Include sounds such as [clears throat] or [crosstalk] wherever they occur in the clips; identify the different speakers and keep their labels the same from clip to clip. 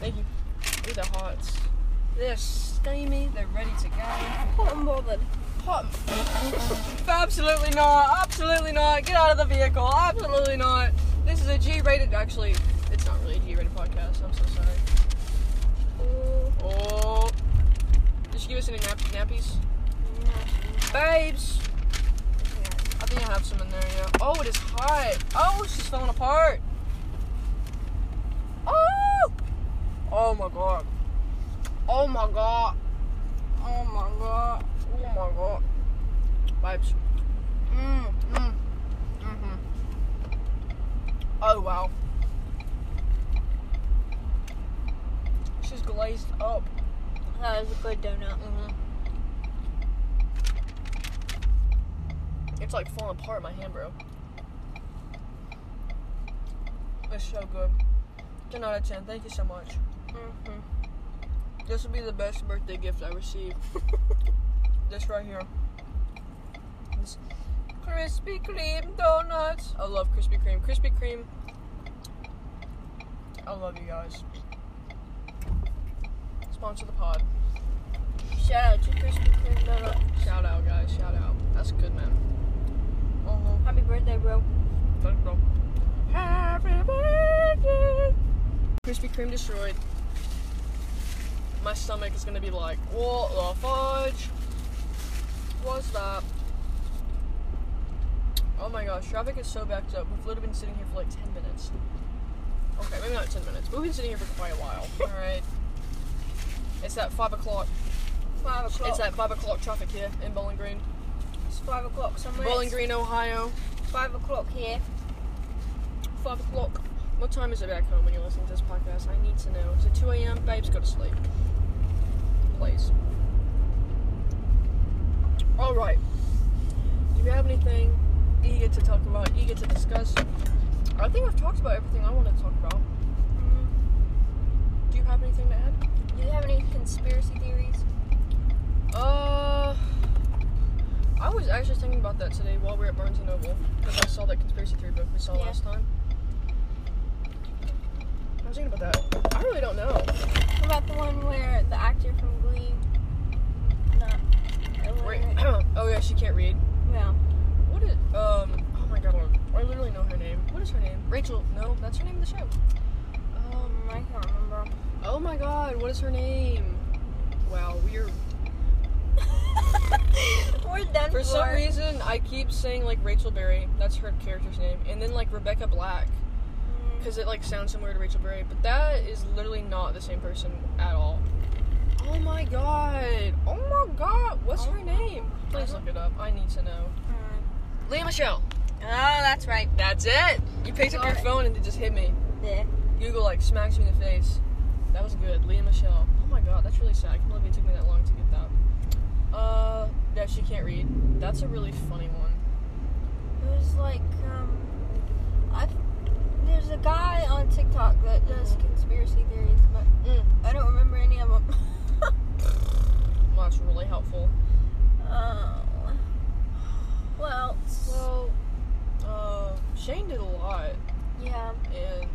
Speaker 1: Thank you. Look at their hearts. They're steamy. They're ready to go.
Speaker 2: Hot and bothered.
Speaker 1: Hot. absolutely not. Absolutely not. Get out of the vehicle. Absolutely not. This is a G-rated. Actually, it's not really a G-rated podcast. I'm so sorry.
Speaker 2: Ooh,
Speaker 1: Oh. Did she give us any nap- nappies?
Speaker 2: nasty.
Speaker 1: Babes. I think I have some in there, yeah. Oh, it is hot. Oh, she's falling apart. Oh! Oh my god. Oh my god. Oh my god. Oh my god. Babes. Mmm. Mmm. Mm-hmm. Oh wow. She's glazed up.
Speaker 2: That was a good donut.
Speaker 1: Mm-hmm. It's like falling apart in my hand, bro. It's so good. 10 out of 10. Thank you so much.
Speaker 2: Mm-hmm.
Speaker 1: This will be the best birthday gift I receive. this right here. This Krispy Kreme donuts. I love Krispy Kreme. Krispy Kreme. I love you guys. Sponsor the pod.
Speaker 2: Shout out to Krispy Kreme donut.
Speaker 1: Shout out, guys. Shout out. That's good, man. Uh-huh.
Speaker 2: Happy birthday, bro.
Speaker 1: Thanks, bro. Happy birthday. Krispy Kreme destroyed. My stomach is gonna be like, what the fudge? What's that? Oh my gosh, traffic is so backed up. We've literally been sitting here for like 10 minutes. Okay, maybe not 10 minutes, but we've been sitting here for quite a while. Alright. It's that 5 o'clock.
Speaker 2: Five o'clock.
Speaker 1: It's that 5 o'clock traffic here in Bowling Green.
Speaker 2: It's five o'clock somewhere.
Speaker 1: Bowling Green, Ohio.
Speaker 2: It's five o'clock here.
Speaker 1: Five o'clock. What time is it back home when you're listening to this podcast? I need to know. Is it 2 a.m.? Babes, go to sleep. Please. Alright. Do you have anything eager to talk about, eager to discuss? I think I've talked about everything I want to talk about.
Speaker 2: Mm.
Speaker 1: Do you have anything to add?
Speaker 2: Do you have any conspiracy theories?
Speaker 1: Uh. I was actually thinking about that today while we were at Barnes & Noble because I saw that conspiracy theory book we saw
Speaker 2: Yeah.
Speaker 1: last time. I was thinking about that. I really don't know.
Speaker 2: What about the one where the actor from Glee? Not.
Speaker 1: Wait. [clears throat] [coughs]
Speaker 2: illiterate?
Speaker 1: oh yeah, she can't read.
Speaker 2: Yeah.
Speaker 1: What is um? Oh my god, I literally know her name. What is her name? Rachel. No, that's her name in the show. Um.
Speaker 2: Um, I can't remember. [laughs]
Speaker 1: Oh my god, what is her name? Wow, we're
Speaker 2: We're done for.
Speaker 1: for some reason I keep saying like Rachel Berry. That's her character's name, and then like Rebecca Black
Speaker 2: Mm.
Speaker 1: because it like sounds similar to Rachel Berry, but that is literally not the same person at all. Oh my god. Oh my god. What's
Speaker 2: Oh
Speaker 1: her
Speaker 2: my
Speaker 1: name?
Speaker 2: God.
Speaker 1: Please look it up. I need to know.
Speaker 2: Alright.
Speaker 1: Leah Michelle.
Speaker 2: Oh, that's right.
Speaker 1: That's it. You picked up your
Speaker 2: Sorry.
Speaker 1: phone and it just hit me.
Speaker 2: There.
Speaker 1: Google like smacks me in the face. That was good. Leah Michelle. Oh my god, that's really sad. I can't believe it took me that long to get that. Uh, yeah, she can't read. That's a really funny one.
Speaker 2: It was like, um, I there's a guy on TikTok that does
Speaker 1: Mhm.
Speaker 2: conspiracy theories, but
Speaker 1: Mm.
Speaker 2: I don't remember any of them.
Speaker 1: Well, that's really helpful.
Speaker 2: [laughs] Oh, well,
Speaker 1: Well, uh, Shane did a lot,
Speaker 2: yeah,
Speaker 1: and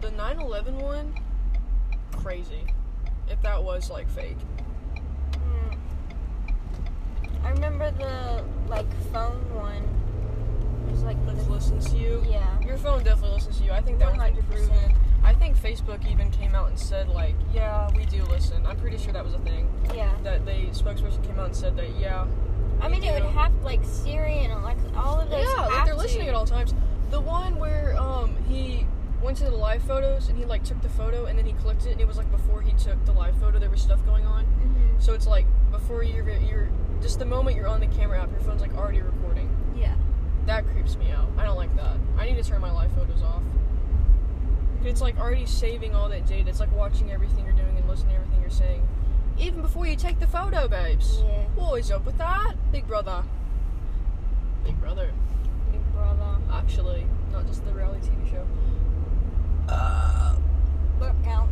Speaker 1: the 9/11 one, crazy. If that was like fake.
Speaker 2: mm. I remember the like phone one. It was like
Speaker 1: Which
Speaker 2: the,
Speaker 1: listens to you.
Speaker 2: yeah,
Speaker 1: Your phone definitely listens to you. I think that
Speaker 2: one
Speaker 1: one's been
Speaker 2: hundred
Speaker 1: proven.
Speaker 2: percent.
Speaker 1: I think Facebook even came out and said like, yeah, we do listen. I'm pretty sure that was a thing.
Speaker 2: Yeah,
Speaker 1: that they spokesperson came out and said that yeah,
Speaker 2: I mean it
Speaker 1: do.
Speaker 2: would have like Siri and Alexa, all of those.
Speaker 1: yeah, like
Speaker 2: have
Speaker 1: they're listening
Speaker 2: to.
Speaker 1: at all times. The one where um he went to the live photos and he like took the photo and then he clicked it and it was like before he took the live photo there was stuff going on.
Speaker 2: Mhm.
Speaker 1: So it's like before you're you're just the moment you're on the camera app your phone's like already recording.
Speaker 2: Yeah.
Speaker 1: That creeps me out. I don't like that. I need to turn my live photos off. 'Cause It's like already saving all that data. It's like watching everything you're doing and listening to everything you're saying, even before you take the photo, babes.
Speaker 2: Yeah.
Speaker 1: What is up with that? Big brother. Big brother.
Speaker 2: Big Brother.
Speaker 1: Actually, not just the reality TV show.
Speaker 2: Uh. Burp count.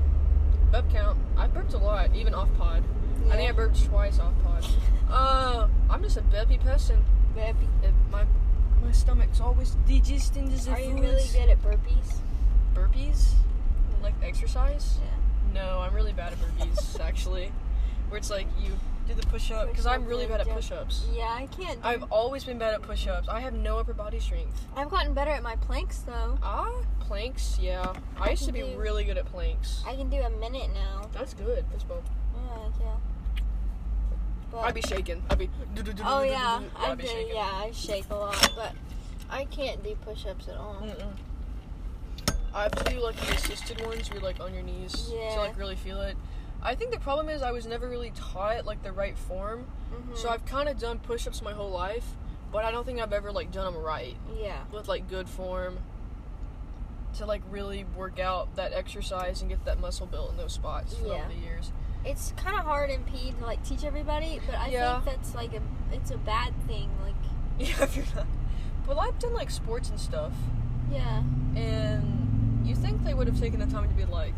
Speaker 1: Burp count. I burped a lot, even off pod. I think I
Speaker 2: Yeah.
Speaker 1: burped twice off
Speaker 2: [laughs]
Speaker 1: pod. Uh, I'm just a burpy person.
Speaker 2: Burpee.
Speaker 1: It, my my stomach's always digesting the
Speaker 2: Are you
Speaker 1: foods.
Speaker 2: really good at burpees?
Speaker 1: burpees?
Speaker 2: Yeah.
Speaker 1: Like exercise?
Speaker 2: Yeah.
Speaker 1: No, I'm really bad at movies
Speaker 2: [laughs]
Speaker 1: actually. Where it's like you do the push up because I'm really bad at push ups.
Speaker 2: Yeah, I can't. Do
Speaker 1: I've always been bad at push ups. I have no upper body strength.
Speaker 2: I've gotten better at my planks though.
Speaker 1: Ah, planks. Yeah, I used to be
Speaker 2: Do-
Speaker 1: really good at planks.
Speaker 2: I can do a minute now.
Speaker 1: That's good. That's both.
Speaker 2: Yeah, I can. But,
Speaker 1: I'd be shaking. I'd be.
Speaker 2: oh yeah, I
Speaker 1: I'd be
Speaker 2: do.
Speaker 1: shaking.
Speaker 2: Yeah, I shake a lot, but I can't do push-ups at all.
Speaker 1: Mm-mm. I have to do like the assisted ones where you're like on your knees
Speaker 2: Yeah.
Speaker 1: to like really feel it. I think the problem is I was never really taught like the right form,
Speaker 2: Mhm.
Speaker 1: so I've kind of done push-ups my whole life, but I don't think I've ever like done them right
Speaker 2: yeah.
Speaker 1: with like good form to like really work out that exercise and get that muscle built in those spots for
Speaker 2: Yeah.
Speaker 1: over the years.
Speaker 2: It's kind of hard in P E to like teach everybody, but I
Speaker 1: Yeah.
Speaker 2: think that's like a it's a bad thing. Like
Speaker 1: [laughs] Yeah, if you're not. But I've done like sports and stuff,
Speaker 2: yeah,
Speaker 1: and you think they would have taken the time to be like.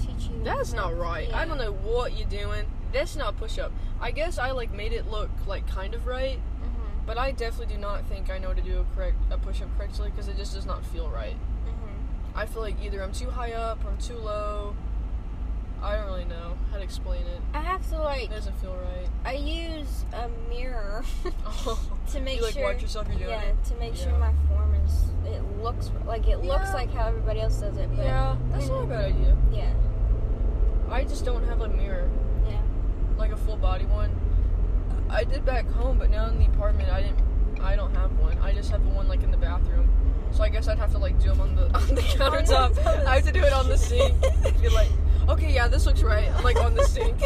Speaker 2: teach you.
Speaker 1: That's not right. I
Speaker 2: Yeah.
Speaker 1: don't know what you're doing. That's not push up. I guess I like made it look like kind of right,
Speaker 2: Mhm,
Speaker 1: but I definitely do not think I know to do a correct a push up correctly because it just does not feel right.
Speaker 2: mhm.
Speaker 1: I feel like either I'm too high up or I'm too low. I don't really know how to explain it.
Speaker 2: I have to like
Speaker 1: It doesn't feel right. [laughs]
Speaker 2: I use a mirror
Speaker 1: Oh,
Speaker 2: to make
Speaker 1: you like
Speaker 2: sure.
Speaker 1: watch yourself you're doing
Speaker 2: yeah,
Speaker 1: it.
Speaker 2: to make
Speaker 1: Yeah.
Speaker 2: sure my form is it looks like it looks
Speaker 1: Yeah.
Speaker 2: like how everybody else does it. But
Speaker 1: Yeah, that's
Speaker 2: Mhm.
Speaker 1: not a bad idea.
Speaker 2: yeah,
Speaker 1: I just don't have a mirror,
Speaker 2: yeah.
Speaker 1: like a full body one. I did back home, but now in the apartment, I didn't. I don't have one. I just have the one like in the bathroom. So
Speaker 2: [laughs]
Speaker 1: I guess I'd have to like do them on the [laughs] on the countertop. I have to do it on the
Speaker 2: [laughs]
Speaker 1: sink. Be like, okay, yeah, this looks right. Like on the
Speaker 2: [laughs]
Speaker 1: sink.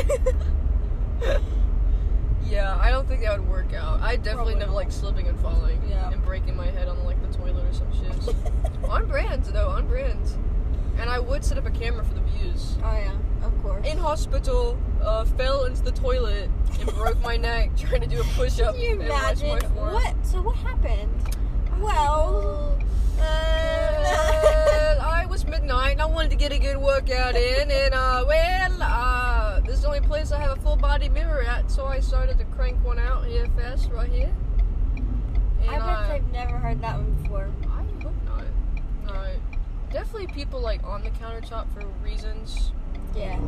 Speaker 1: yeah, I don't think that would work out. I definitely
Speaker 2: Probably
Speaker 1: never like slipping and falling.
Speaker 2: Yeah.
Speaker 1: And breaking my head on like the toilet or some
Speaker 2: [laughs] Oh,
Speaker 1: shit. on brand though, on brand. And I would set up a camera for the views.
Speaker 2: Oh yeah, of course.
Speaker 1: In hospital, uh, fell into the toilet and broke
Speaker 2: [laughs]
Speaker 1: my neck trying to do a push up.
Speaker 2: Can you imagine
Speaker 1: And watch my form.
Speaker 2: what? So what happened?
Speaker 1: [laughs]
Speaker 2: Well, uh,
Speaker 1: Well,
Speaker 2: [laughs]
Speaker 1: I was midnight and I wanted to get a good workout in, and uh, well, uh, this is the only place I have a full body mirror at, so I started to crank one out here fast, right here. And
Speaker 2: I bet they've never heard that one before.
Speaker 1: I hope not. Uh, definitely people like on the countertop for reasons
Speaker 2: Yeah,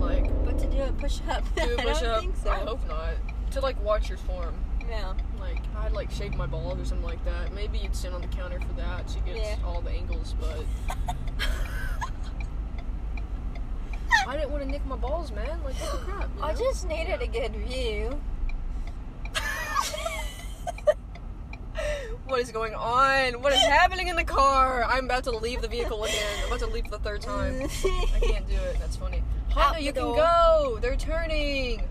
Speaker 1: like
Speaker 2: but to do a push up,
Speaker 1: do a
Speaker 2: [laughs] I
Speaker 1: push
Speaker 2: don't
Speaker 1: up.
Speaker 2: think so.
Speaker 1: I hope not. To like watch your form. [laughs]
Speaker 2: No.
Speaker 1: Like I'd like shave my balls or something like that. Maybe you'd sit on the counter for that so you get
Speaker 2: Yeah.
Speaker 1: all the angles, but I didn't want to nick my balls, man. Like what the crap. you
Speaker 2: I
Speaker 1: know?
Speaker 2: just needed a good view.
Speaker 1: [laughs] What is going on? What is happening in the car? I'm about to leave the vehicle again. I'm about to leave for the third
Speaker 2: [laughs]
Speaker 1: time. I can't do it. That's funny.
Speaker 2: Out
Speaker 1: Honda,
Speaker 2: the
Speaker 1: you can
Speaker 2: door.
Speaker 1: go. They're turning.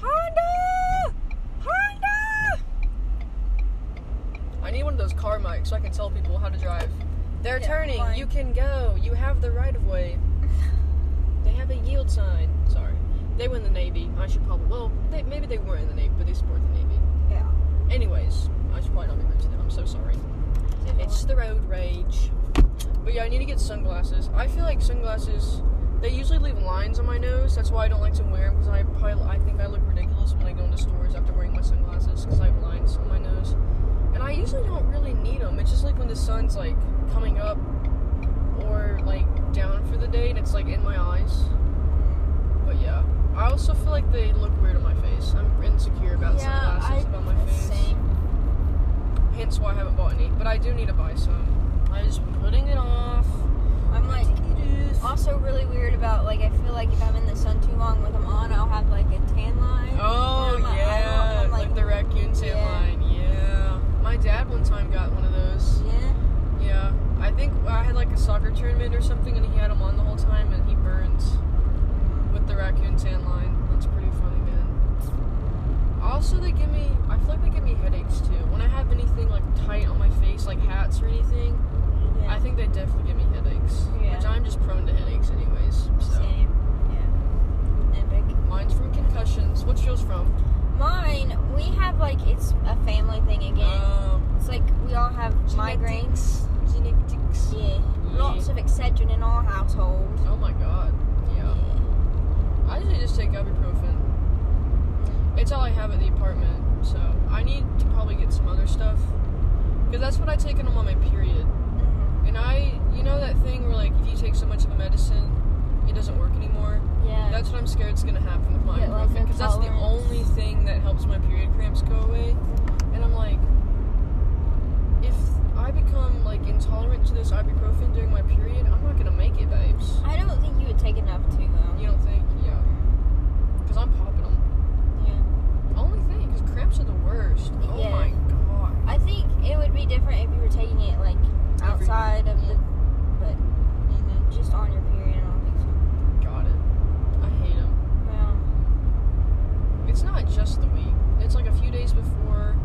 Speaker 1: Honda! Honda! I need one of those car mics so I can tell people how to drive. They're
Speaker 2: Yeah,
Speaker 1: turning.
Speaker 2: fine.
Speaker 1: You can go. You have the right of [laughs] way. They have a yield sign. Sorry. They were in the Navy. I should probably. Well, they, maybe they weren't in the Navy, but they support the Navy.
Speaker 2: Yeah.
Speaker 1: Anyways, I should probably not be rude to them. I'm so sorry. It's the road rage. But yeah, I need to get sunglasses. I feel like sunglasses. They usually leave lines on my nose. That's why I don't like to wear them because I probably I think I look ridiculous when I go into stores after wearing my sunglasses because I have lines on my nose. And I usually don't really need them. It's just like when the sun's like coming up or like down for the day and it's like in my eyes. But yeah, I also feel like they look weird on my face. I'm insecure about
Speaker 2: yeah,
Speaker 1: sunglasses
Speaker 2: I,
Speaker 1: about my face.
Speaker 2: Same.
Speaker 1: Hence why I haven't bought any. But I do need to buy some. I just been putting it off.
Speaker 2: I'm like also really weird about like I feel like if I'm in the sun too long with them on, I'll have like a tan line.
Speaker 1: Oh
Speaker 2: And I'm like-
Speaker 1: yeah,
Speaker 2: I'm
Speaker 1: like,
Speaker 2: like-
Speaker 1: the raccoon tail
Speaker 2: Yeah.
Speaker 1: line. Yeah. My dad one time got one of those.
Speaker 2: Yeah.
Speaker 1: Yeah. I think I had like a soccer tournament or something, and he had them on the whole time, and he burns with the raccoon tan line. That's pretty funny, man. Also, they give me. I feel like they give me headaches too. When I have anything like tight on my face, like hats or anything,
Speaker 2: Yeah.
Speaker 1: I think they definitely give me headaches.
Speaker 2: Yeah.
Speaker 1: Which I'm just prone to headaches, anyways. So.
Speaker 2: Same. Yeah. Epic.
Speaker 1: Mine's from concussions. What's yours from?
Speaker 2: Mine, we have like it's a family thing again.
Speaker 1: Um,
Speaker 2: it's like we all have migraines.
Speaker 1: Genetics.
Speaker 2: Yeah. Lots of Excedrin in our household.
Speaker 1: Oh my god. Yeah. I usually just take ibuprofen. It's all I have at the apartment, so I need to probably get some other stuff. Because that's what I take in on my period.
Speaker 2: Mhm.
Speaker 1: And I you know that thing where like if you take so much of a medicine, it doesn't work anymore.
Speaker 2: Yeah.
Speaker 1: That's what I'm scared is gonna happen with my
Speaker 2: Get, like,
Speaker 1: ibuprofen because that's the
Speaker 2: intolerance.
Speaker 1: only thing that helps my period cramps go away. And I'm like, if I become like intolerant to this ibuprofen during my period, I'm not gonna make it, babes.
Speaker 2: I don't think you would take enough too though.
Speaker 1: You don't think? Yeah. Because I'm popping them.
Speaker 2: Yeah.
Speaker 1: Only thing, because cramps are the worst. Oh
Speaker 2: Yeah.
Speaker 1: my god.
Speaker 2: I think it would be different if you were taking it like outside of the, but
Speaker 1: Mm-hmm.
Speaker 2: just on your period. I don't think so.
Speaker 1: Got it. I hate them.
Speaker 2: Well,
Speaker 1: It's not just the week. It's like a few days before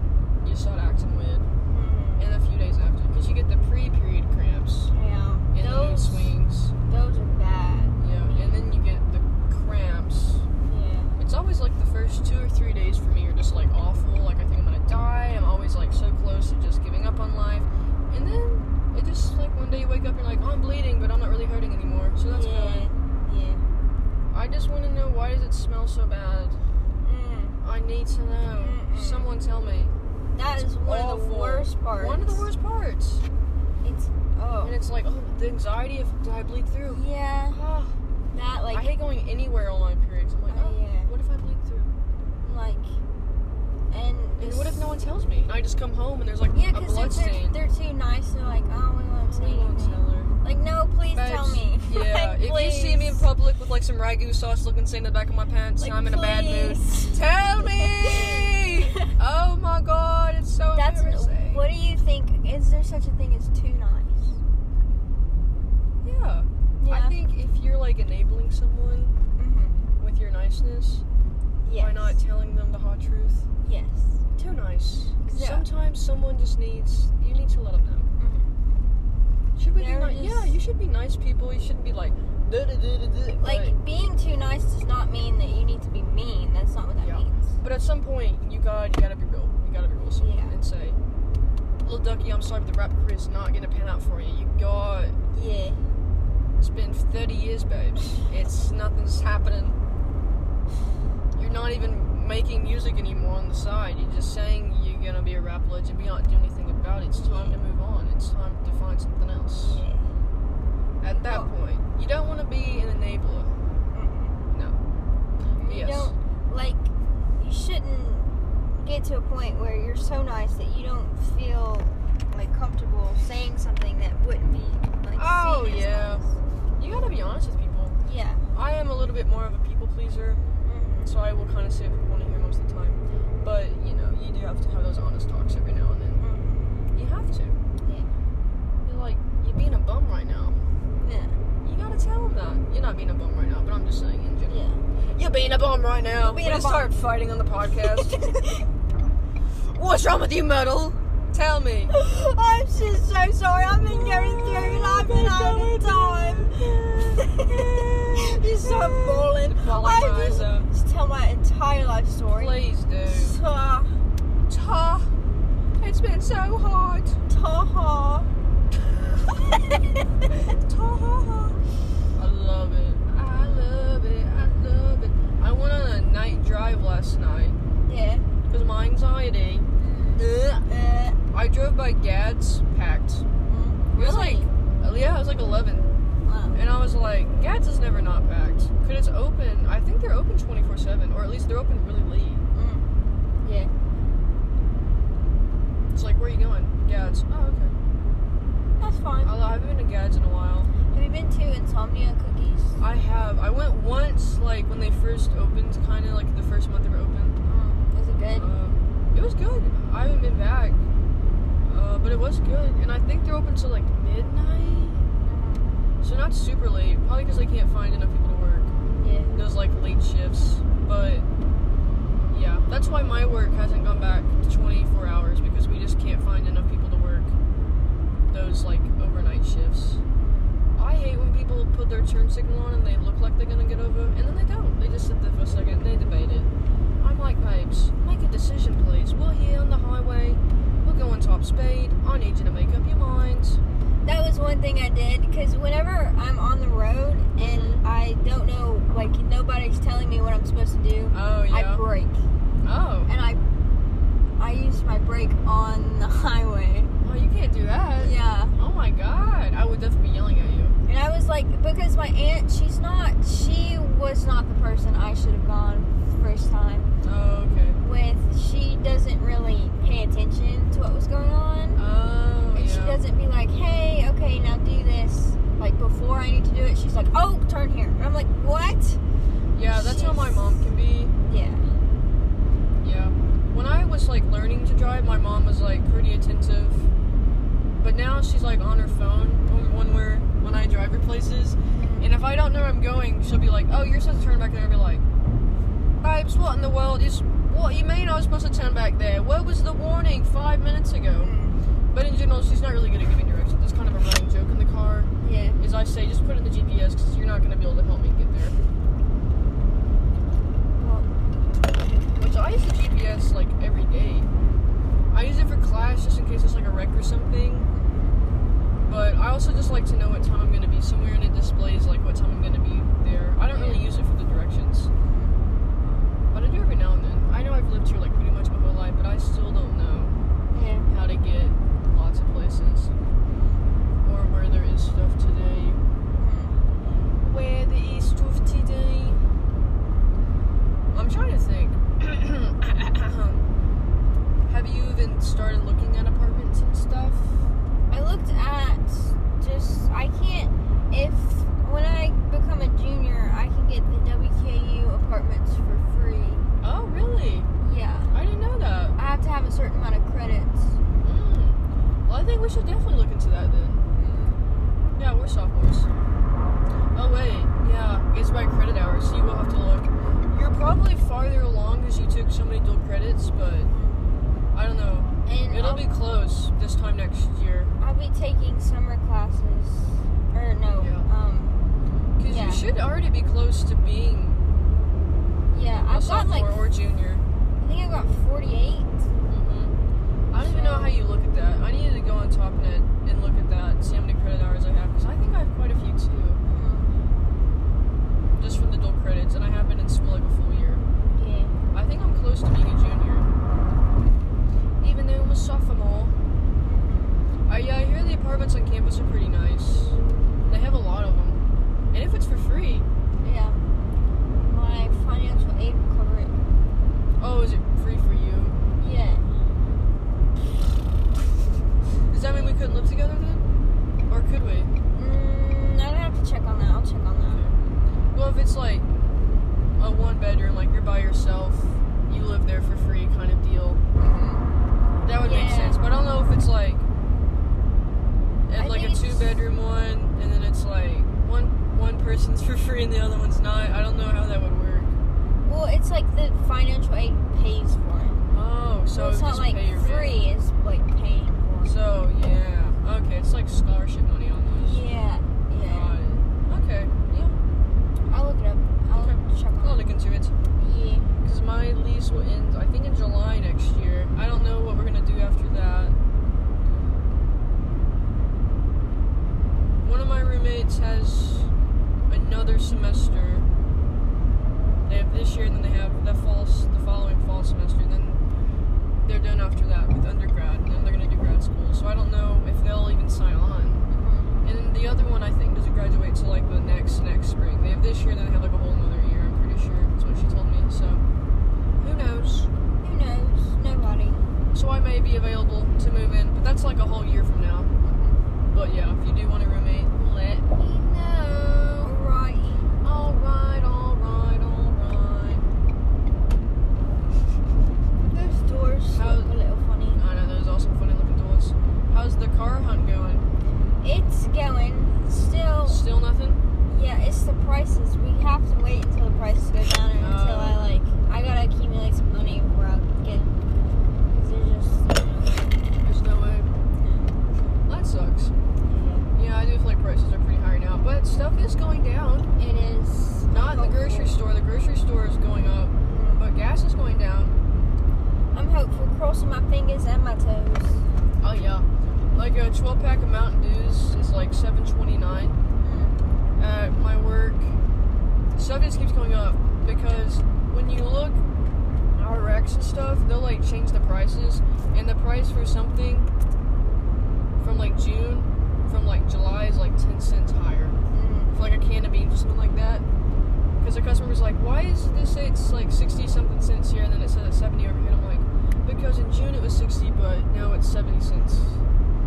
Speaker 1: you start acting weird,
Speaker 2: mm,
Speaker 1: and a few days after, because you get the pre-period cramps
Speaker 2: yeah.
Speaker 1: and the mood
Speaker 2: those
Speaker 1: swings.
Speaker 2: those are bad.
Speaker 1: Yeah, and then you get the cramps.
Speaker 2: Yeah.
Speaker 1: It's always like the first two or three days for me are just like awful. Like I think I'm gonna die. I'm always like so close to just giving up on life. And then it just like one day you wake up and you're like, oh, I'm bleeding, but I'm not really hurting anymore. So that's
Speaker 2: yeah.
Speaker 1: good.
Speaker 2: Yeah.
Speaker 1: I just want to know why does it smell so bad?
Speaker 2: Mm.
Speaker 1: I need to know.
Speaker 2: Mm-mm.
Speaker 1: Someone tell me.
Speaker 2: That
Speaker 1: It's
Speaker 2: is one of the
Speaker 1: awful.
Speaker 2: worst parts.
Speaker 1: One of the worst parts.
Speaker 2: It's
Speaker 1: And
Speaker 2: oh.
Speaker 1: it's like, oh, the anxiety if do I bleed through.
Speaker 2: Yeah.
Speaker 1: Ah,
Speaker 2: That like
Speaker 1: I hate going anywhere on my periods. I'm like,
Speaker 2: Oh,
Speaker 1: oh,
Speaker 2: yeah.
Speaker 1: what if I bleed through?
Speaker 2: like and.
Speaker 1: And
Speaker 2: this-
Speaker 1: what if no one tells me? I just come home and there's like
Speaker 2: Yeah,
Speaker 1: a
Speaker 2: because
Speaker 1: blood
Speaker 2: if they're,
Speaker 1: stain.
Speaker 2: they're too nice, they're like, oh, we won't say
Speaker 1: We won't
Speaker 2: anything.
Speaker 1: tell her.
Speaker 2: Like, no, please tell me. [laughs]
Speaker 1: [laughs] Babes, Yeah,
Speaker 2: Like,
Speaker 1: if you see me in
Speaker 2: please.
Speaker 1: public with like some ragu sauce looking stain in the back of my pants
Speaker 2: Like,
Speaker 1: and I'm in a bad mood,
Speaker 2: please.
Speaker 1: tell
Speaker 2: [laughs]
Speaker 1: me. oh my god, it's so
Speaker 2: That's
Speaker 1: embarrassing.
Speaker 2: what do you think? Is there such a thing as too nice?
Speaker 1: yeah. I think if you're like enabling someone
Speaker 2: Mm-hmm.
Speaker 1: with your niceness
Speaker 2: Yes.
Speaker 1: by not telling them the hot truth,
Speaker 2: Yes.
Speaker 1: too nice.
Speaker 2: Yeah.
Speaker 1: Sometimes someone just needs you need to let them know. Should we
Speaker 2: Mm-hmm. They're
Speaker 1: be nice? Yeah,
Speaker 2: just-
Speaker 1: you should be nice people. You shouldn't be like duh, duh, duh, duh, duh,
Speaker 2: Like, being too nice does not mean that you need to be mean. That's not what that
Speaker 1: Yeah.
Speaker 2: means.
Speaker 1: But at some point, you got you gotta be real. You gotta be real with someone
Speaker 2: Yeah.
Speaker 1: and say, "Little ducky, I'm sorry, but the rap career is not gonna pan out for you. You got
Speaker 2: Yeah.
Speaker 1: it's been 30 years, babes. It's nothing's happening. You're not even making music anymore on the side. You're just saying you're gonna be a rap legend, but you don't do anything about it. It's time to move on. It's time to find something else.
Speaker 2: Yeah.
Speaker 1: At that
Speaker 2: Well-
Speaker 1: point, you don't want to be an enabler.
Speaker 2: Mm-mm. Mm-hmm. You
Speaker 1: Yes.
Speaker 2: don't like. You shouldn't get to a point where you're so nice that you don't feel like comfortable saying something that wouldn't be like.
Speaker 1: Oh,
Speaker 2: seen as
Speaker 1: yeah. You gotta be honest with people.
Speaker 2: nice. Yeah.
Speaker 1: I am a little bit more of a people pleaser.
Speaker 2: Mhm.
Speaker 1: so I will kind of say what people want to hear most of the time. But you know, you do have to have those honest talks every now and then.
Speaker 2: Mhm.
Speaker 1: You have to.
Speaker 2: Yeah.
Speaker 1: You're like, you're being a bum right now.
Speaker 2: Yeah.
Speaker 1: You gotta tell them that you're not being a bum right now. But I'm just saying in general,
Speaker 2: Yeah.
Speaker 1: you're being a bum right now.
Speaker 2: You're being
Speaker 1: we
Speaker 2: a
Speaker 1: just
Speaker 2: bum.
Speaker 1: start fighting on the [laughs] podcast. What's wrong with you, metal? Tell me.
Speaker 2: [laughs] I'm just so sorry. I've been going through it. I've been out of time. [laughs] just so bawling.
Speaker 1: Bawling my
Speaker 2: I
Speaker 1: eyes
Speaker 2: just,
Speaker 1: out.
Speaker 2: just tell my entire life story.
Speaker 1: uh, Please do.
Speaker 2: Ta
Speaker 1: Ta. It's been so hard.
Speaker 2: ta
Speaker 1: Ta-ha-ha. I love it. I love it. I love it. I went on a night drive last night
Speaker 2: Yeah.
Speaker 1: because my anxiety. Ugh.
Speaker 2: Uh,
Speaker 1: I drove by Gads packed. It was like, yeah, it was like 11.
Speaker 2: Wow.
Speaker 1: And I was like, Gads is never not packed. Because it's open. I think they're open 24 7, or at least they're open really late.
Speaker 2: Mm. Yeah.
Speaker 1: It's like, where are you going? Gads. Oh, okay.
Speaker 2: That's fine.
Speaker 1: Although I haven't been to Gads in a while.
Speaker 2: Have you been to Insomnia Cookies?
Speaker 1: I have. I went once, like, when they first opened, kind of like the first month they were open.
Speaker 2: Mm. Is it good?
Speaker 1: Um, it was good. I haven't been back, uh, but it was good. And I think they're open till like midnight,
Speaker 2: Mhm.
Speaker 1: so not super late. Probably because they can't find enough people to work.
Speaker 2: Yeah.
Speaker 1: Those like late shifts, but yeah, that's why my work hasn't gone back to 24 hours because we just can't find enough people to work those like overnight shifts. I hate when people put their turn signal on and they look like they're gonna get over, and then they don't. They just sit there for a second. They debate it. I'm like, babes, make a decision, please. We're here on the highway. We're going top speed. I need you to make up your minds.
Speaker 2: That was one thing I did because whenever I'm on the road and I don't know, like nobody's telling me what I'm supposed to do,
Speaker 1: Oh
Speaker 2: I
Speaker 1: yeah.
Speaker 2: brake
Speaker 1: oh.
Speaker 2: and I I used my brake on the [laughs] highway.
Speaker 1: I Oh, you can't do that.
Speaker 2: Yeah.
Speaker 1: Oh my god. I would definitely be yelling at you.
Speaker 2: And I was like, because my aunt, she's not, she was not the person I should have gone first time
Speaker 1: Oh, okay.
Speaker 2: with. She doesn't really pay attention to what was going on.
Speaker 1: Oh,
Speaker 2: And
Speaker 1: yeah.
Speaker 2: she doesn't be like, hey, okay, now do this. Like, before I need to do it, she's like, oh, turn here. And I'm like, what?
Speaker 1: Yeah, that's how my
Speaker 2: She's-
Speaker 1: mom can be.
Speaker 2: Yeah.
Speaker 1: Yeah. When I was like learning to drive, my mom was like pretty attentive. But now she's like on her phone when- when we're when I drive her places, and if I don't know where I'm going, she'll be like, "Oh, you're supposed to turn back there." I'll be like, "Babes, what in the world is? What you mean I was supposed to turn back there? Where was the warning five minutes ago?"
Speaker 2: Mm.
Speaker 1: But in general, she's not really good at giving directions. It's kind of a running joke in the car.
Speaker 2: Yeah.
Speaker 1: Is I say just put it in the GPS because you're not gonna be able to help me get there.
Speaker 2: Well,
Speaker 1: Which I use the GPS like every day. I use it for class just in case it's like a wreck or something. But I also just like to know what time I'm gonna be somewhere and it displays like what time I'm gonna be there. I don't really use it for the directions. But I do every now and then. I know I've lived here like pretty much my whole life, but I still don't know
Speaker 2: yeah.
Speaker 1: how to get lots of places. Or where there is stuff today.
Speaker 2: Mm.
Speaker 1: Where there is stuff today. I'm trying to think. [coughs] Have you even started looking at apartments and stuff?
Speaker 2: I looked at just I can't if when I become a junior I can get the WKU apartments for free.
Speaker 1: Oh, really?
Speaker 2: Yeah.
Speaker 1: I didn't know that.
Speaker 2: I have to have a certain amount of credits.
Speaker 1: Mm. Well, I think we should definitely look into that then. Yeah, we're sophomores. Oh, wait. Yeah, it's by credit hours, so you will have to look. You're probably farther along because you took so many dual credits, but I don't know.
Speaker 2: And
Speaker 1: It'll
Speaker 2: I'll,
Speaker 1: be close this time next year.
Speaker 2: I'll be taking summer classes. Or no.
Speaker 1: Yeah.
Speaker 2: Um
Speaker 1: Because
Speaker 2: Yeah.
Speaker 1: you should already be close to being
Speaker 2: yeah,
Speaker 1: a
Speaker 2: I've got
Speaker 1: sophomore
Speaker 2: like
Speaker 1: or junior.
Speaker 2: I think I got 48. Mm-hmm.
Speaker 1: Mhm. I don't even know how you look at that. I needed to go on TopNet and look at that and see how many credit hours I have because I think I have quite a few too, Mm-hmm. just from the dual credits, and I have been in school like a full year.
Speaker 2: Yeah.
Speaker 1: I think I'm close to being a junior, even though I'm a sophomore. I, yeah, I hear the apartments on campus are pretty nice. They have a lot of them, and if it's for free,
Speaker 2: Yeah. My financial aid will cover it.
Speaker 1: oh, is it free for you?
Speaker 2: Yeah.
Speaker 1: Does that mean we couldn't live together then, or could we?
Speaker 2: Mm, I'd have to check on that. I'll check on that.
Speaker 1: Well, if it's like a one bedroom, like you're by yourself, you live there for free kind of deal,
Speaker 2: Mhm.
Speaker 1: that would make
Speaker 2: Yeah.
Speaker 1: sense. But I don't know if it's like
Speaker 2: I
Speaker 1: if like
Speaker 2: think
Speaker 1: a
Speaker 2: it's
Speaker 1: two
Speaker 2: just-
Speaker 1: bedroom one, and then it's like one one person's [laughs] for free and the other one's not. I don't know how that would work.
Speaker 2: Well, it's like the financial aid pays for it.
Speaker 1: Oh, so
Speaker 2: So it's
Speaker 1: you
Speaker 2: not
Speaker 1: just
Speaker 2: like
Speaker 1: pay your rent.
Speaker 2: free. It's like paying for it.
Speaker 1: So yeah, okay, it's like scholarship money on those.
Speaker 2: yeah, yeah.
Speaker 1: Got it. Okay, yeah,
Speaker 2: I'll look it up. I'll
Speaker 1: Okay.
Speaker 2: check
Speaker 1: I'll
Speaker 2: on it.
Speaker 1: look into it.
Speaker 2: Yeah.
Speaker 1: Because my lease will end, I think, in July next year. I don't know what we're gonna do after that. One of my roommates has another semester. They have this year, and then they have the fall, s- the following fall semester. And then they're done after that with undergrad, and then they're gonna do grad school. So I don't know if they'll even sign on.
Speaker 2: Mhm.
Speaker 1: And then the other one, I think, doesn't graduate till like the next next spring. They have this year, and then they have like a whole another year. I'm pretty sure that's what she told me. So who knows?
Speaker 2: Who knows? Nobody.
Speaker 1: so I may be available to move in, but that's like a whole year from now. But yeah, if you do want a roommate, let me know.
Speaker 2: Alrighty.
Speaker 1: All right, all right, all right.
Speaker 2: Those doors
Speaker 1: How-
Speaker 2: look a little funny.
Speaker 1: I know those are some funny looking doors. How's the car hunt going?
Speaker 2: It's going. Still,
Speaker 1: Still nothing?
Speaker 2: yeah. It's the prices. We have to wait until the prices go down, and until
Speaker 1: Oh.
Speaker 2: I like, I gotta accumulate some money before I get. Cause they're just.
Speaker 1: There's no way. That sucks.
Speaker 2: You know,
Speaker 1: Yeah, I do feel like prices are pretty high now, but stuff is going down.
Speaker 2: It is
Speaker 1: Not in the grocery store. The grocery store is going up,
Speaker 2: store.
Speaker 1: but gas is going down.
Speaker 2: I'm hopeful, crossing my fingers and my toes.
Speaker 1: Oh yeah, like a 12 pack of Mountain Dews is like 7.29 at my work. Stuff just keeps going up because when you look at our racks and stuff, they'll like change the prices, and the price for something from like June, from like July is like 10 cents higher
Speaker 2: Mm.
Speaker 1: for like a can of beans or something like that. Because the customer's like, why is this say it's like 60 something cents here and then it says it's 70 over here? And I'm like, because in June it was 60, but now it's 70 cents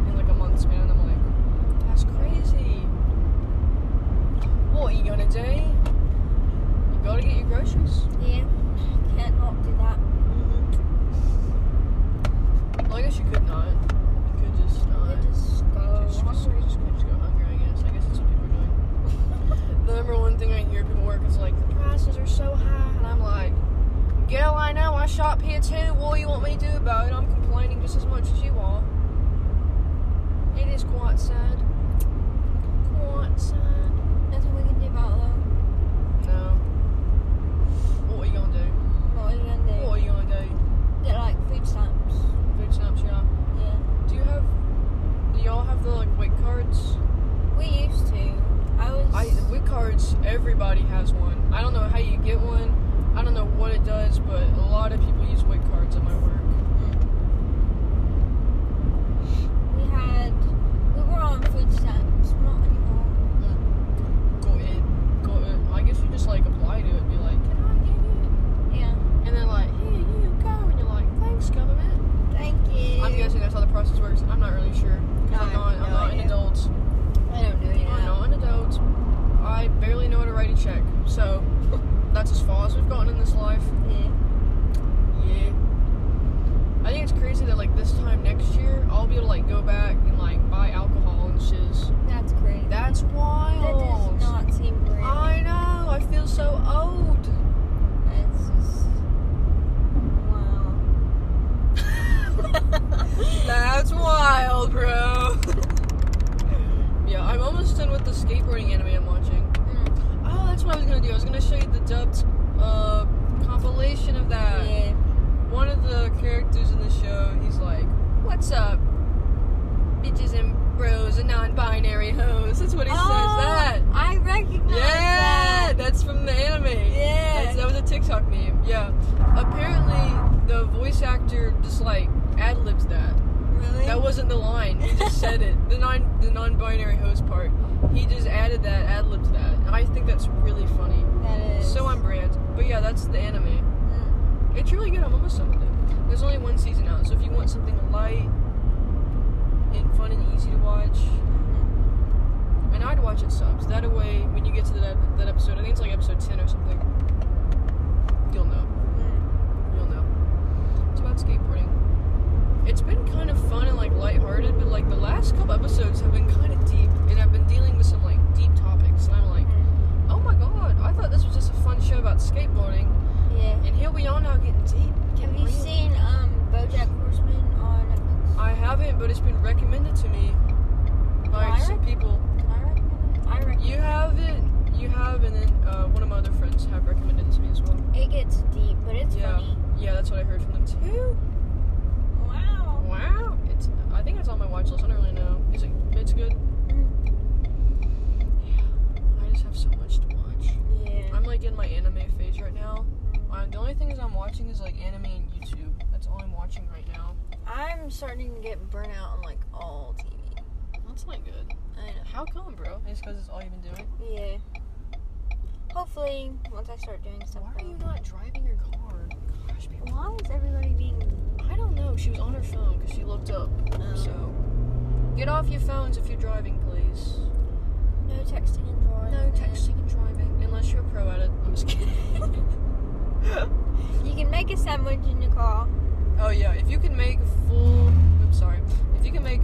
Speaker 1: in like a month span. And I'm like, that's crazy. What are you gonna do? You gotta get your groceries.
Speaker 2: Yeah. Can't not do that.
Speaker 1: Well, I guess you could not. You could just not.
Speaker 2: You just go
Speaker 1: Just- just-
Speaker 2: hungry.
Speaker 1: just- just go hungry, I guess. I guess that's what people are doing. the number one thing I hear people work is like, the prices are so high. And I'm like, girl, I know. I shop here too. What do you want me to do about it? I'm complaining just as much as you are. It is quite sad. Quite sad.
Speaker 2: Nothing we can do about it.
Speaker 1: No. What are you going to do?
Speaker 2: though. What are you gonna do?
Speaker 1: What are you going to do?
Speaker 2: They're like food stamps.
Speaker 1: Food stamps, yeah.
Speaker 2: Yeah.
Speaker 1: Do you have, do y'all have the like weight cards?
Speaker 2: We used to. I was.
Speaker 1: I with cards, everybody has one. I don't know how you get one. I don't know what it does, but a lot of people use WIC cards at my work.
Speaker 2: we had. We were on food stamps. Not anymore.
Speaker 1: Go it, go it. I guess you just like apply to it, and be like, can I get
Speaker 2: Yeah.
Speaker 1: it? And they're like, here you go, and you're like, thanks, government.
Speaker 2: Thank you.
Speaker 1: I'm guessing that's how the process works. I'm not really sure. 'Cause I'm
Speaker 2: I
Speaker 1: not,
Speaker 2: have
Speaker 1: I'm
Speaker 2: no
Speaker 1: not an
Speaker 2: idea.
Speaker 1: adult.
Speaker 2: I don't know
Speaker 1: I'm
Speaker 2: yet.
Speaker 1: not an adult. I barely know how to write a check, so [laughs] that's as far as we've gotten in this life.
Speaker 2: Yeah.
Speaker 1: Yeah. I think it's crazy that like this time next year I'll be able to like go back and like buy alcohol and shiz.
Speaker 2: That's crazy.
Speaker 1: That's
Speaker 2: That
Speaker 1: wild.
Speaker 2: does not seem real.
Speaker 1: Oh, I know. I feel so old.
Speaker 2: It's just.
Speaker 1: [laughs]
Speaker 2: Wow. Mm,
Speaker 1: That's wild, bro. [laughs] yeah, I'm almost done with the skateboarding anime I'm watching.
Speaker 2: Mm.
Speaker 1: Oh, that's what I was gonna do. I was gonna show you the dubbed uh, compilation of that.
Speaker 2: Yeah.
Speaker 1: one of the characters in the show, he's like, "What's up, bitches and bros and non-binary hoes?" That's what he
Speaker 2: Oh,
Speaker 1: says. That.
Speaker 2: I recognize
Speaker 1: Yeah,
Speaker 2: that.
Speaker 1: that's from the anime.
Speaker 2: Yeah.
Speaker 1: That's- that was a TikTok meme. Yeah. Apparently, the voice actor just like ad libs that.
Speaker 2: Really?
Speaker 1: That wasn't the line. He just said it. The non the non-binary host part. He just added that ad libs that. And I think that's really funny.
Speaker 2: That is.
Speaker 1: So on brand. But yeah, that's the anime.
Speaker 2: Mm.
Speaker 1: It's really good. I'm almost done with it. There's only one season out, so if you want something light and fun and easy to watch,
Speaker 2: Mhm.
Speaker 1: and I'd watch it subs. That way, when you get to that that episode, I think it's like episode ten or something. You'll know.
Speaker 2: Mm.
Speaker 1: You'll know. It's about skateboarding. It's been kind of fun and like lighthearted, but like the last couple episodes have been kind of deep, and I've been dealing with some like deep topics, and I'm like,
Speaker 2: Mm.
Speaker 1: oh my god, I thought this was just a fun show about skateboarding,
Speaker 2: Yeah.
Speaker 1: and here we are now getting deep.
Speaker 2: Have
Speaker 1: getting
Speaker 2: you
Speaker 1: real.
Speaker 2: seen um BoJack Horseman on Netflix?
Speaker 1: I haven't, but it's been recommended to me by
Speaker 2: Lyra?
Speaker 1: some people.
Speaker 2: Can I recommend it? I recommend
Speaker 1: You have it, you have, and then uh, one of my other friends have recommended it to me as well.
Speaker 2: it. It gets deep, but it's
Speaker 1: Yeah.
Speaker 2: funny.
Speaker 1: Yeah, that's what I heard from them too.
Speaker 2: Wow.
Speaker 1: Wow, it's. I think it's on my watch list. I don't really know. Is it? It's good.
Speaker 2: Mm.
Speaker 1: I just have so much to watch.
Speaker 2: Yeah.
Speaker 1: I'm like in my anime phase right now. Uh, the only things I'm watching is like anime and YouTube. That's all I'm watching right now.
Speaker 2: I'm starting to get burnt out on like all TV.
Speaker 1: That's not good.
Speaker 2: I know.
Speaker 1: How come, bro? It's because it's all you've been doing.
Speaker 2: Yeah. Hopefully, once I start doing stuff.
Speaker 1: Why are you not driving your car? Gosh, people.
Speaker 2: Why is everybody being?
Speaker 1: I don't know. She was on her phone because she looked up.
Speaker 2: Um,
Speaker 1: So get off your phones if you're driving, please.
Speaker 2: no texting and drawing.
Speaker 1: No texting and driving unless you're a pro at it. I'm just kidding.
Speaker 2: [laughs]
Speaker 1: [laughs]
Speaker 2: You can make a sandwich in your car.
Speaker 1: oh yeah, if you can make full. I'm sorry. If you can make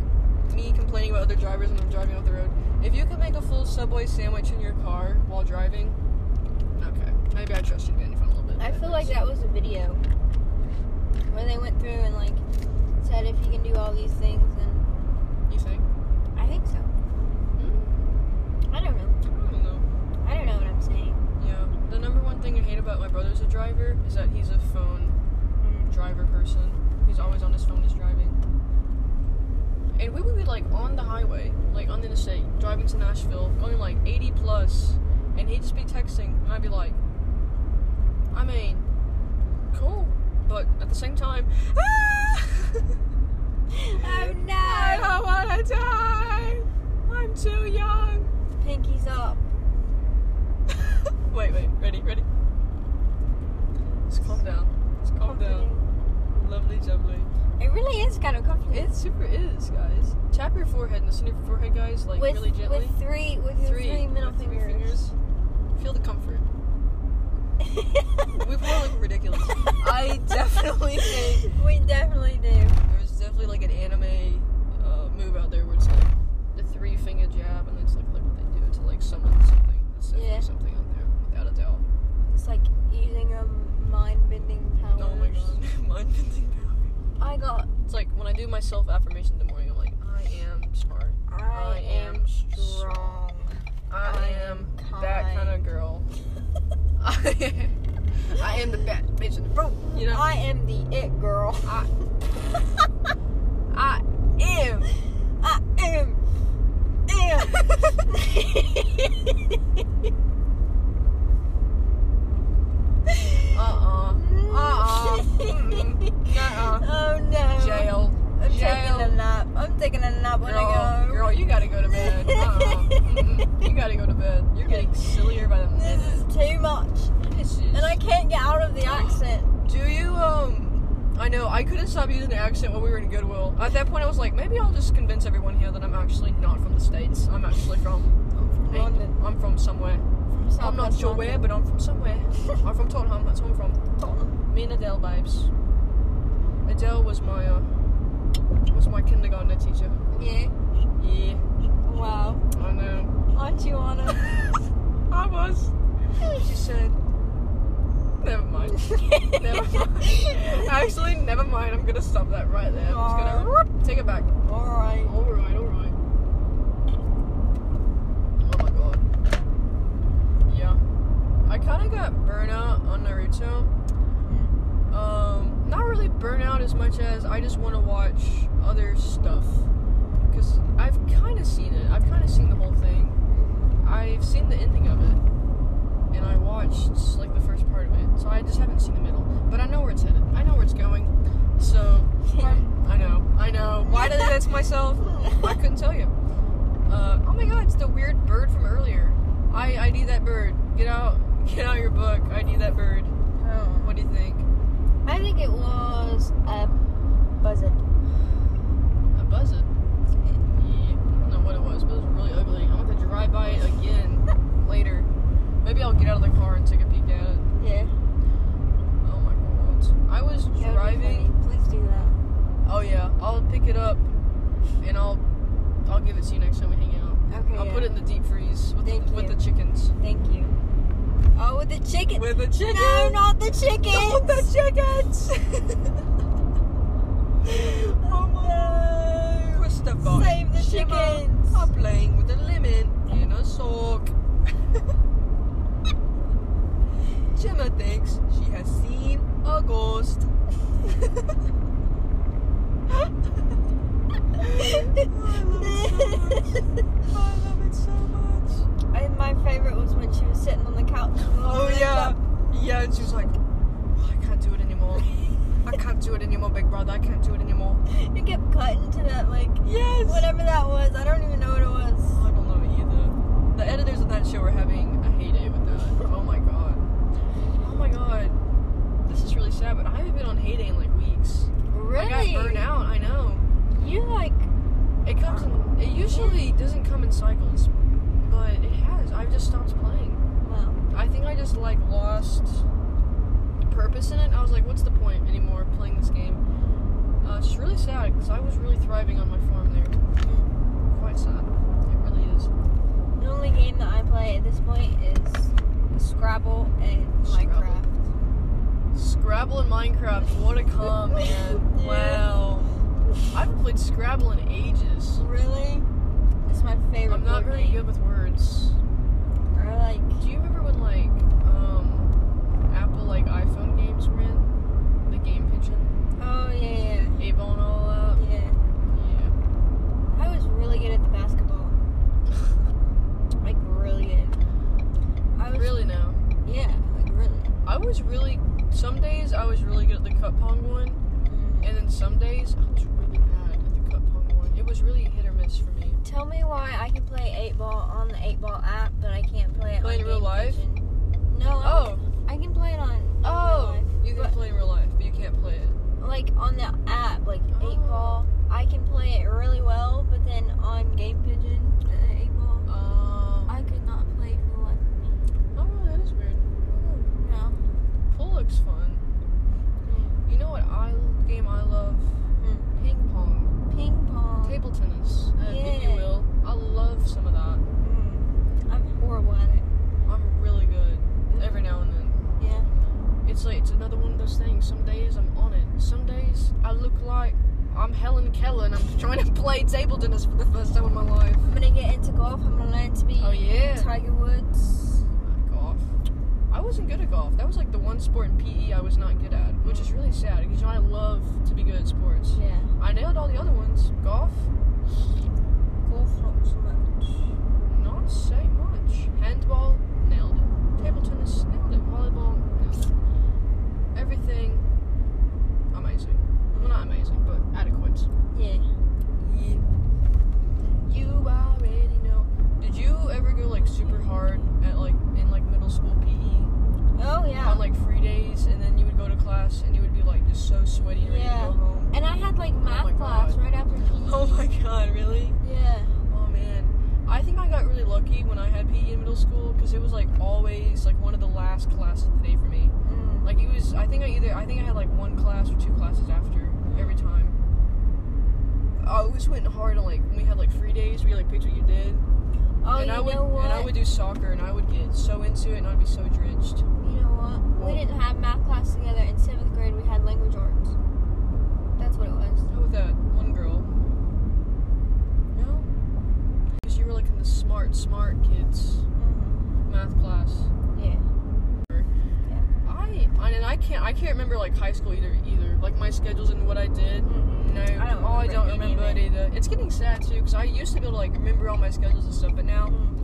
Speaker 1: me complaining about other drivers when I'm driving off the road. If you can make a full subway sandwich in your car while driving. Okay, maybe I trust you again if I'm a little bit.
Speaker 2: I feel like that was a video where they went through and like said if you can do all these things, then
Speaker 1: You think?
Speaker 2: I think so.
Speaker 1: Mm,
Speaker 2: I don't know.
Speaker 1: I don't know.
Speaker 2: I don't know what I'm saying.
Speaker 1: Yeah. The number one thing I hate about my brother's a driver is that he's a phone driver person. He's always on his phone. He's driving. And we would be like on the highway, like on the interstate, driving to Nashville, going like 80 plus, and he'd just be texting, and I'd be like, I mean, cool, but at the same time,
Speaker 2: oh
Speaker 1: [laughs] I
Speaker 2: no!
Speaker 1: don't wanna die. I'm too young. [laughs]
Speaker 2: Pinky's up.
Speaker 1: wait, wait, ready, ready. Just calm down. Just calm down. Lovely jubbly.
Speaker 2: It really is kind of comforting.
Speaker 1: It super is, guys. Tap your forehead and listen to your forehead, guys, like
Speaker 2: with,
Speaker 1: really gently.
Speaker 2: with three with your three, middle
Speaker 1: with three
Speaker 2: [laughs] fingers.
Speaker 1: Feel the comfort. We probably look
Speaker 2: [laughs]
Speaker 1: ridiculous. I definitely think-
Speaker 2: we definitely do.
Speaker 1: There's definitely like an anime uh, move out there where it's like the three finger jab, and it's like, like what they do to like summon something. That's definitely
Speaker 2: Yeah.
Speaker 1: something out there, without a doubt.
Speaker 2: It's like using a mind bending power.
Speaker 1: Oh my god, mind bending power.
Speaker 2: I got.
Speaker 1: It's like when I do my self affirmation in the morning, I'm like, I am smart.
Speaker 2: I,
Speaker 1: I
Speaker 2: am
Speaker 1: am
Speaker 2: strong.
Speaker 1: I,
Speaker 2: I
Speaker 1: am
Speaker 2: am
Speaker 1: that kind of
Speaker 2: kind. [laughs]
Speaker 1: girl. [laughs] I am, I am the bad bitch in the room. You know,
Speaker 2: I am the it girl.
Speaker 1: I- I am.
Speaker 2: I am. Am.
Speaker 1: Uh uh. Uh uh. Uh uh.
Speaker 2: [laughs] Oh no.
Speaker 1: Jail.
Speaker 2: I'm
Speaker 1: Jail.
Speaker 2: taking a nap. I'm taking a nap when I
Speaker 1: Girl,
Speaker 2: go.
Speaker 1: girl, you gotta go to
Speaker 2: [laughs]
Speaker 1: bed. Uh-uh. Mm-mm. You gotta go to bed. You're getting sillier by the
Speaker 2: This
Speaker 1: minute.
Speaker 2: is too much.
Speaker 1: This is-
Speaker 2: And I can't get out of
Speaker 1: Oh.
Speaker 2: the accent.
Speaker 1: Do you, um, I know, I couldn't stop using the accent when we were in Goodwill. At that point, I was like, maybe I'll just convince everyone here that I'm actually not from the States. I'm actually from,
Speaker 2: I'm from London.
Speaker 1: England. I'm from somewhere. I'm not sure where,
Speaker 2: [laughs]
Speaker 1: but I'm from somewhere. I'm from Tottenham, that's where I'm from.
Speaker 2: Tottenham.
Speaker 1: Me and Adele, babes. Adele was my, uh, was my kindergarten teacher.
Speaker 2: Yeah.
Speaker 1: Yeah,
Speaker 2: Wow.
Speaker 1: I know.
Speaker 2: Aren't you on
Speaker 1: [laughs] I was. She
Speaker 2: [laughs]
Speaker 1: said, never [laughs] mind. [laughs] Never
Speaker 2: [laughs]
Speaker 1: mind. Actually, never mind. I'm gonna stop that right there. I'm just gonna whoop, take it back.
Speaker 2: Alright.
Speaker 1: All right, all right. Oh my god. Yeah. I kind of got burnout on Naruto. Um, not really burnout as much as I just want to watch other stuff because I've kind of seen it. I've kind of seen the whole thing. I've seen the ending of it, and I watched like the first part of it, so I just haven't seen the middle. But I know where it's headed. I know where it's going. So I know. I know. Why did I that's myself? I couldn't tell you. Uh, oh my god, it's the weird bird from earlier. I ID that bird. Get out. Get out your book. ID that bird. What do you think?
Speaker 2: I think it was a buzzard.
Speaker 1: A buzzard. Yeah, I don't know what it was, but it was really ugly. I want to drive by it
Speaker 2: [laughs]
Speaker 1: again later. Maybe I'll get out of the car and take a peek at it.
Speaker 2: Yeah.
Speaker 1: Oh my god. I was driving.
Speaker 2: Please do that.
Speaker 1: Oh yeah, I'll pick it up and I'll I'll give it to you next time we hang out.
Speaker 2: Okay.
Speaker 1: I'll put it in the deep freeze with, the,
Speaker 2: Thank
Speaker 1: with
Speaker 2: you.
Speaker 1: the chickens.
Speaker 2: Thank you. Oh, with the chicken.
Speaker 1: With the chicken.
Speaker 2: No, not the chicken.
Speaker 1: Not the
Speaker 2: [laughs]
Speaker 1: chickens.
Speaker 2: oh my.
Speaker 1: Christopher.
Speaker 2: Save the
Speaker 1: Shimmer
Speaker 2: chickens.
Speaker 1: Are playing with a lemon in a sock. [laughs] Gemma thinks she has seen a ghost. [laughs] I love it so much.
Speaker 2: And [laughs] my favorite was when she was sitting on the couch. and
Speaker 1: Oh
Speaker 2: looked
Speaker 1: yeah,
Speaker 2: up.
Speaker 1: yeah. And she was like, "Oh, I can't do it anymore. I can't do it anymore, Big Brother. I can't do it anymore."
Speaker 2: [laughs] It kept cutting to that like
Speaker 1: Yes.
Speaker 2: whatever that was. I don't even know what it was.
Speaker 1: I don't know either. The editors of that show were having a heyday with that. Oh my god. Oh my god. This is really sad, but I haven't been on heyday in like weeks.
Speaker 2: Really?
Speaker 1: I got burned out, I know.
Speaker 2: You like
Speaker 1: It comes in it usually doesn't come in cycles, but it has. I've just stopped playing.
Speaker 2: well.
Speaker 1: I think I just like lost purpose in it. I was like, what's the point anymore of playing this game? Uh, it's just really sad because I was really thriving on my farm there. Quite sad. It really is.
Speaker 2: The only game that I play at this point is Scrabble and
Speaker 1: Scrabble.
Speaker 2: Minecraft.
Speaker 1: Scrabble and Minecraft, what a com, man.
Speaker 2: [laughs] Yeah.
Speaker 1: Wow. I haven't played Scrabble in ages.
Speaker 2: Really? It's my favorite.
Speaker 1: I'm not
Speaker 2: board
Speaker 1: very
Speaker 2: game.
Speaker 1: good with words.
Speaker 2: Or like
Speaker 1: Do you remember when like um Apple like iPhone games were in? The game pigeon?
Speaker 2: oh yeah
Speaker 1: eight ball and all that?
Speaker 2: yeah Oh, yeah.
Speaker 1: Yeah.
Speaker 2: I was really good at the basketball. Like really good. I was
Speaker 1: Really now.
Speaker 2: yeah like really.
Speaker 1: I was really some days I was really good at the cup pong one
Speaker 2: Mm.
Speaker 1: and then some days I was really bad. was really hit or miss for me.
Speaker 2: Tell me why I can play eight ball on the eight ball app, but I can't play it.
Speaker 1: Play
Speaker 2: on
Speaker 1: in real
Speaker 2: Game
Speaker 1: life?
Speaker 2: Kitchen. No. I'm-
Speaker 1: Oh,
Speaker 2: I can play it on.
Speaker 1: oh, you can
Speaker 2: But-
Speaker 1: play in real life, but you can't play it.
Speaker 2: Like on the app, like eight
Speaker 1: Oh.
Speaker 2: ball. I can play it really well, but then on Game Pigeon, uh, eight ball,
Speaker 1: Um,
Speaker 2: I could not play for the life of me.
Speaker 1: oh, that is weird.
Speaker 2: No.
Speaker 1: Pool looks fun. You know what I game I love?
Speaker 2: Hmm.
Speaker 1: Ping pong,
Speaker 2: Ping pong.
Speaker 1: table tennis, uh, if you
Speaker 2: Yeah.
Speaker 1: will. I love some of that.
Speaker 2: Mm. I'm horrible at it.
Speaker 1: I'm really good every now and then.
Speaker 2: Yeah.
Speaker 1: It's like it's another one of those things. Some days I'm on it. Some days I look like I'm Helen Keller and I'm [laughs] trying to play table tennis for the first time in my life.
Speaker 2: I'm gonna get into golf. I'm gonna learn to be
Speaker 1: Oh yeah.
Speaker 2: Tiger Woods.
Speaker 1: Golf. I wasn't good at golf. That was like the one sport in PE I was not good at, which is really sad because I love to be good at sports.
Speaker 2: Yeah.
Speaker 1: I nailed all the other ones. Golf,
Speaker 2: Golf not so much.
Speaker 1: not say much. Handball, nailed it. Table tennis, nailed it. Volleyball, nailed it. Everything, amazing. Well, not amazing, but adequate.
Speaker 2: Yeah.
Speaker 1: Yeah. You already know. Did you ever go like super hard at like in like middle school PE
Speaker 2: Oh yeah.
Speaker 1: on like free days, and then you would go to class and you would be like just so sweaty and ready
Speaker 2: Yeah.
Speaker 1: to go home?
Speaker 2: and I had like math
Speaker 1: my
Speaker 2: class
Speaker 1: God.
Speaker 2: right after PE.
Speaker 1: [laughs] Oh [laughs] my god, really?
Speaker 2: Yeah.
Speaker 1: Oh man, I think I got really lucky when I had PE in middle school because it was like always like one of the last classes of the day for me.
Speaker 2: Mm.
Speaker 1: Like it was, I think I either I think I had like one class or two classes after every time. I always went hard on like when we had like free days. We like picked what you did,
Speaker 2: Oh,
Speaker 1: and
Speaker 2: you
Speaker 1: I would
Speaker 2: know what?
Speaker 1: and I would do soccer, and I would get so into it, and I'd be so drenched.
Speaker 2: You know what? We didn't have math class together in seventh grade. We had language arts. That's what it was.
Speaker 1: How with that one girl? No, because you were like in the smart, smart kids Mm-hmm. math class.
Speaker 2: Yeah.
Speaker 1: I I- and I can't I can't remember like high school either either like my schedules and what I did.
Speaker 2: Mm-mm.
Speaker 1: No,
Speaker 2: Mm-hmm. I don't
Speaker 1: oh, I
Speaker 2: remember
Speaker 1: don't
Speaker 2: any
Speaker 1: remember
Speaker 2: of
Speaker 1: it either. It's getting sad too because I used to be able to like remember all my schedules and stuff, but now
Speaker 2: Mm.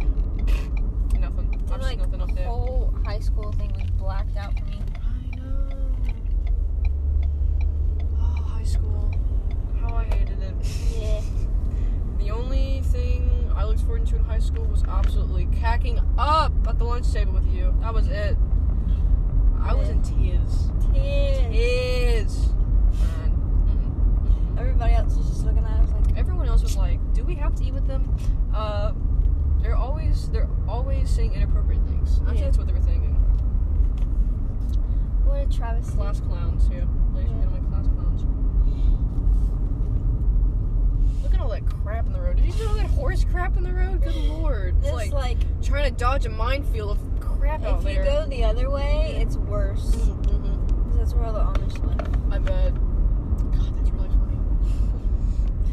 Speaker 1: nothing.
Speaker 2: Dude,
Speaker 1: Absolutely
Speaker 2: Mm-hmm. like,
Speaker 1: nothing up
Speaker 2: The
Speaker 1: there.
Speaker 2: whole high school thing was blacked out for me.
Speaker 1: I know. Oh, high school. How I hated it.
Speaker 2: Yeah.
Speaker 1: The only thing I looked forward to in high school was absolutely cacking up at the lunch table with you. That was it. I was in tears.
Speaker 2: Yeah.
Speaker 1: Tears. Man.
Speaker 2: Everybody else was just looking at us like,
Speaker 1: Mm-mm. Everyone else was like, "Do we have to eat with them?" Uh, they're always they're always saying inappropriate things. I think
Speaker 2: Yeah.
Speaker 1: that's what they were thinking.
Speaker 2: what a travesty.
Speaker 1: Class clowns, yeah. Ladies and gentlemen, class clowns. Look at all that crap in the road. Did you see all that horse crap in the road? Good lord. It's
Speaker 2: [laughs] It's
Speaker 1: like,
Speaker 2: like,
Speaker 1: trying to dodge a minefield of crap out
Speaker 2: if you
Speaker 1: there.
Speaker 2: go the other way, it's worse.
Speaker 1: Mhm.
Speaker 2: Because that's where all the Amish live.
Speaker 1: I bet. God, that's really funny.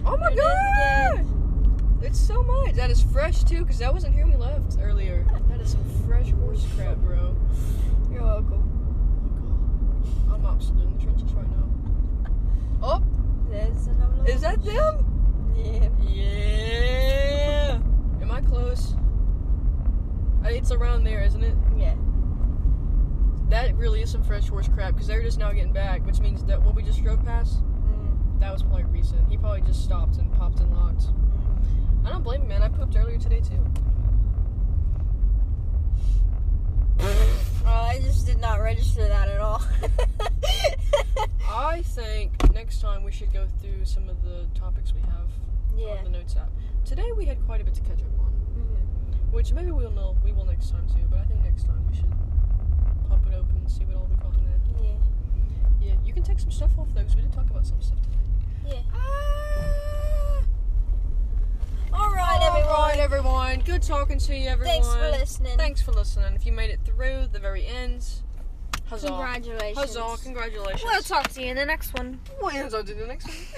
Speaker 1: Oh my
Speaker 2: There it is
Speaker 1: god! It's so much. That is fresh too, because that wasn't here when we left earlier. That is some fresh horse crap, bro.
Speaker 2: You're welcome.
Speaker 1: Oh I'm absolutely in the trenches right now. Oh,
Speaker 2: There's another
Speaker 1: is that them?
Speaker 2: Yeah.
Speaker 1: Yeah. Am I close? Uh, It's around there, isn't it?
Speaker 2: Yeah.
Speaker 1: That really is some fresh horse crap because they're just now getting back, which means that what we just drove past,
Speaker 2: Mm.
Speaker 1: that was probably recent. He probably just stopped and popped and locked. I don't blame him, man. I pooped earlier today too.
Speaker 2: Oh, I just did not register that at all. [laughs]
Speaker 1: I think next time we should go through some of the topics we have
Speaker 2: yeah.
Speaker 1: on the notes app. Today we had quite a bit to catch up on,
Speaker 2: Mhm.
Speaker 1: which maybe we'll know we will next time too. But I think next time we should pop it open and see what all we got in there.
Speaker 2: Mm-hmm. Yeah.
Speaker 1: Yeah, you can take some stuff off though, 'cause we did talk about some stuff today.
Speaker 2: Yeah.
Speaker 1: Ah!
Speaker 2: All right, everyone.
Speaker 1: All right, everyone. Good talking to you, everyone.
Speaker 2: Thanks for listening.
Speaker 1: Thanks for listening. If you made it through the very end, huzzah!
Speaker 2: Congratulations.
Speaker 1: Huzzah! Congratulations.
Speaker 2: We'll talk to you in the next one.
Speaker 1: We'll end on to the next one.